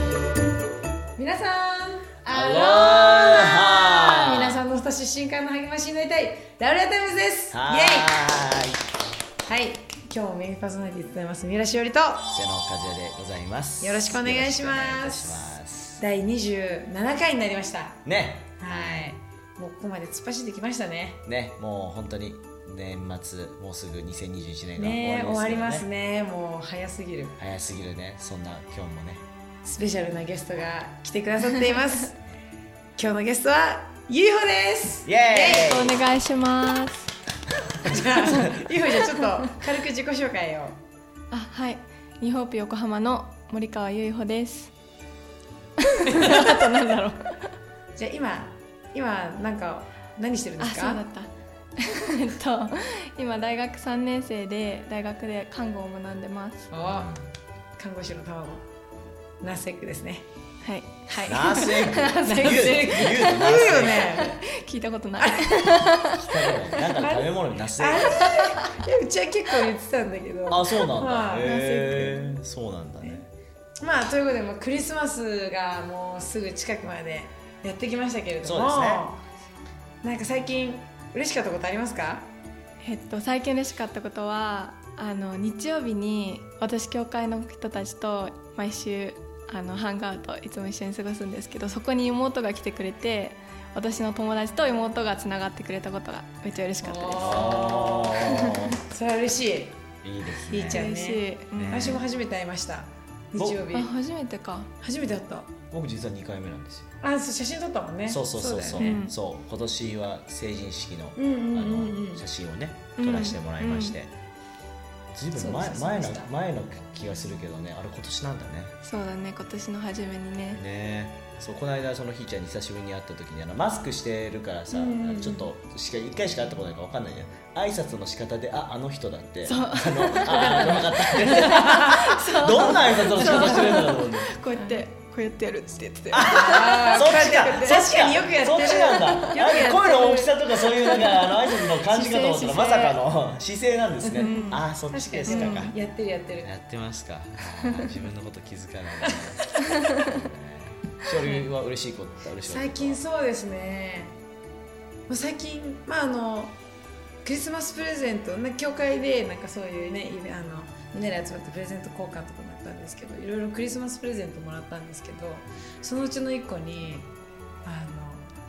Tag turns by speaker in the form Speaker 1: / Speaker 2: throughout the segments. Speaker 1: 皆さんアロー
Speaker 2: ローハ
Speaker 1: ハ皆さんの少し新刊の励ましになりたいラウレアタイムズですイエイ
Speaker 2: はーい
Speaker 1: はい今日もメインパーソナリティ務めます三浦しおりと
Speaker 2: 瀬野和也でございます
Speaker 1: よろしくお願いします
Speaker 2: よろしくお願いいたします
Speaker 1: 第27回になりました
Speaker 2: ね
Speaker 1: はいもうここまで突っ走ってきましたね
Speaker 2: ねもう本当に年末もうすぐ2021年が
Speaker 1: ね終わり
Speaker 2: 終わり
Speaker 1: ま
Speaker 2: ますす
Speaker 1: ね
Speaker 2: ね
Speaker 1: もう早すぎる
Speaker 2: 早すぎるねそんな今日もね
Speaker 1: スペシャルなゲストが来てくださっています今日のゲストはゆいほ です
Speaker 2: イエ
Speaker 3: お
Speaker 2: ーイ
Speaker 3: 願いします。
Speaker 1: じゃあゆいほじゃあちょっと軽く自己紹介を
Speaker 3: あ、はい。ニホープ横浜の森川由依穂です。あとなんだろう。
Speaker 1: じゃあ今今なんか何してるんで
Speaker 3: あ、
Speaker 1: す
Speaker 3: そうだ
Speaker 1: か
Speaker 3: った。 えっと、今大学三年生で大学で看護を学んでます。
Speaker 1: お看護師の卵ナースエッグですね
Speaker 3: はい。はい。
Speaker 2: ナースエッグ
Speaker 3: ナースエッグ
Speaker 2: 言う言うのナ
Speaker 1: あ
Speaker 2: ー
Speaker 1: る
Speaker 2: ス
Speaker 1: よ
Speaker 2: エ
Speaker 1: ね
Speaker 3: 聞いたことない。
Speaker 2: ッグなんかの食べ物にナースエッ
Speaker 1: あ
Speaker 2: グ
Speaker 1: れうちは結構言ってたんだけど
Speaker 2: あそうなんだ
Speaker 1: はい
Speaker 2: へえそうなんだね
Speaker 1: まあということでもうクリスマスがもうすぐ近くまでやってきましたけれども
Speaker 2: そうですね
Speaker 1: なんか最近嬉しかったことありますか
Speaker 3: えっと、最近嬉しかったことはあの日曜日に私教会の人たちと毎週あのハンガーといつも一緒に過ごすんですけどそこに妹が来てくれて私の友達と妹がつながってくれたことがめっちゃ嬉しかった
Speaker 1: お
Speaker 3: で
Speaker 2: あ
Speaker 1: それは嬉しい
Speaker 2: ーいいです
Speaker 1: いいじゃん
Speaker 2: ね
Speaker 3: す嬉しい、うん
Speaker 2: ね
Speaker 1: 私も初めて会いました
Speaker 2: お
Speaker 1: 日曜日
Speaker 3: あ初めてか
Speaker 1: 初めて会った
Speaker 2: 僕実は2回目なんですよ
Speaker 1: あそう写真撮ったもんね
Speaker 2: そうそうそうそ
Speaker 1: だ
Speaker 2: う
Speaker 1: よね
Speaker 3: ね
Speaker 2: そう今年は成人式の
Speaker 1: うんうん
Speaker 2: あ
Speaker 1: うんうん
Speaker 2: の写真をね撮らせてもらいまして、ずいぶん前
Speaker 1: そうです
Speaker 2: 前の
Speaker 1: そうでした
Speaker 2: 前の気がするけどねあれ今年なんだね
Speaker 3: そうだね今年の初めにね
Speaker 2: ねそうこの間そのひーちゃんに久しぶりに会った時にあのマスクしてるからさ、
Speaker 1: うんうん
Speaker 2: あのちょっとしか1回しか会ったことないから分かんないじゃん挨拶の仕方で「ああの人だ」って
Speaker 3: そう
Speaker 2: あのあ分かっ た どんな挨拶の仕方してるんだろうと思って
Speaker 3: こうやってこうやってやるって言ってて
Speaker 1: あー
Speaker 2: そっちか
Speaker 1: こうやって
Speaker 2: そっち
Speaker 1: 確
Speaker 2: か
Speaker 1: かによくやってる
Speaker 2: そっちなんだ
Speaker 1: よくやってる
Speaker 2: 声の大きさとかそういうなんかあの挨拶の感じかと思ったらまさか
Speaker 3: 姿勢
Speaker 2: の姿勢なんですね、
Speaker 3: うん
Speaker 2: ああそっち
Speaker 1: 確かに
Speaker 2: ですかか、
Speaker 1: うんやってるやってる
Speaker 2: やってますかあー自分のこと気づかない勝利は嬉しいこと嬉しいこと
Speaker 1: 最近そうですねもう最近まああのクリスマスプレゼントな教会でなんかそういうねイベあのみんなで集まってプレゼント交換とかもあったんですけどいろいろクリスマスプレゼントもらったんですけどそのうちの一個にあ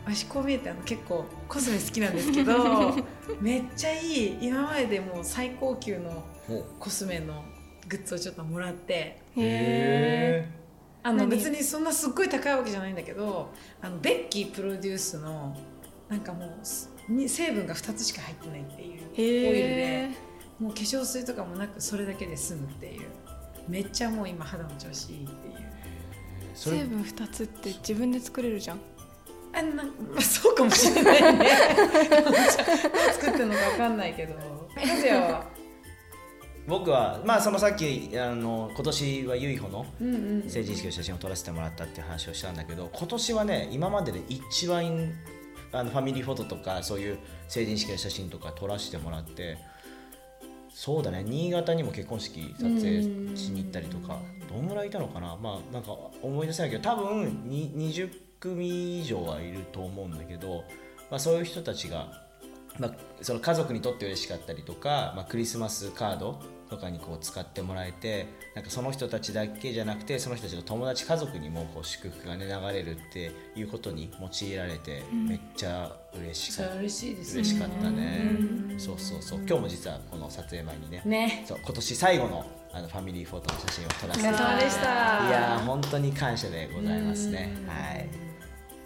Speaker 1: の私こう見えてあの結構コスメ好きなんですけどめっちゃいい今まででもう最高級の
Speaker 2: ほ
Speaker 1: コスメのグッズをちょっともらって
Speaker 2: うへ
Speaker 1: あの
Speaker 3: 何
Speaker 1: 別にそんなすっごい高いわけじゃないんだけどあのベッキープロデュースのなんかもうすに成分が2つしか入ってないっていう
Speaker 3: へ
Speaker 1: オイル
Speaker 3: え
Speaker 1: でもう化粧水とかもなくそれだけで済むっていうめっちゃもう今肌の調子いいっていう
Speaker 2: えそ
Speaker 3: 成
Speaker 2: れ
Speaker 3: 分2つって自分で作れるじゃん
Speaker 1: あなん まあ、そうかもしれないね作ってるのか分かんないけど和也は
Speaker 2: 僕はまあそのさっきあの今年はゆいほの
Speaker 1: うんうん
Speaker 2: 成人式の写真を撮らせてもらったっていう話をしたんだけど今年はね今までで一番あのファミリーフォトとかそういう成人式の写真とか撮らせてもらってそうだね新潟にも結婚式撮影しに行ったりとかどんぐらいいたのかなまあなんか思い出せないけど多分に20組以上はいると思うんだけど、まあ、そういう人たちが、まあ、その家族にとって嬉しかったりとか、まあ、クリスマスカードとかにこう使ってもらえてなんかその人たちだけじゃなくてその人たちの友達家族にもこう祝福が、ね、流れるっていうことに用いられてめっちゃ嬉し
Speaker 1: それ
Speaker 2: かっ
Speaker 1: は
Speaker 2: た、
Speaker 1: 嬉しいです
Speaker 2: 嬉しかったね
Speaker 1: うん
Speaker 2: そうそうそう今日も実はこの撮影前にね
Speaker 1: ね
Speaker 2: そう今年最後のあのファミリーフォトの写真を撮ら
Speaker 1: お
Speaker 2: せて
Speaker 1: 疲れ様でした
Speaker 2: いやー本当に感謝でございますね
Speaker 1: うん
Speaker 2: はい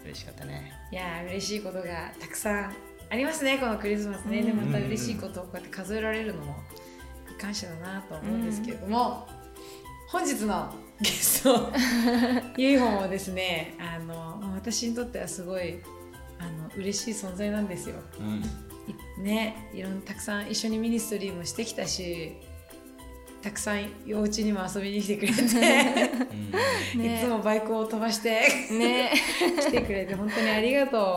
Speaker 2: 嬉しかったね
Speaker 1: いやー嬉しいことがたくさんありますねこのクリスマスね、
Speaker 3: うん
Speaker 1: でまた嬉しいことをこうやって数えられるのも感謝だなと思うんですけれども、本日のゲストゆいほんはですねあのまあ私にとってはすごいあの嬉しい存在なんですよ。
Speaker 2: うん
Speaker 1: いねいろんなたくさん一緒にミニストリーもしてきたしたくさんお家にも遊びに来て くれて、
Speaker 2: うん
Speaker 1: いつもバイクを飛ばして
Speaker 3: ね
Speaker 1: 来てくれて本当にありがとう。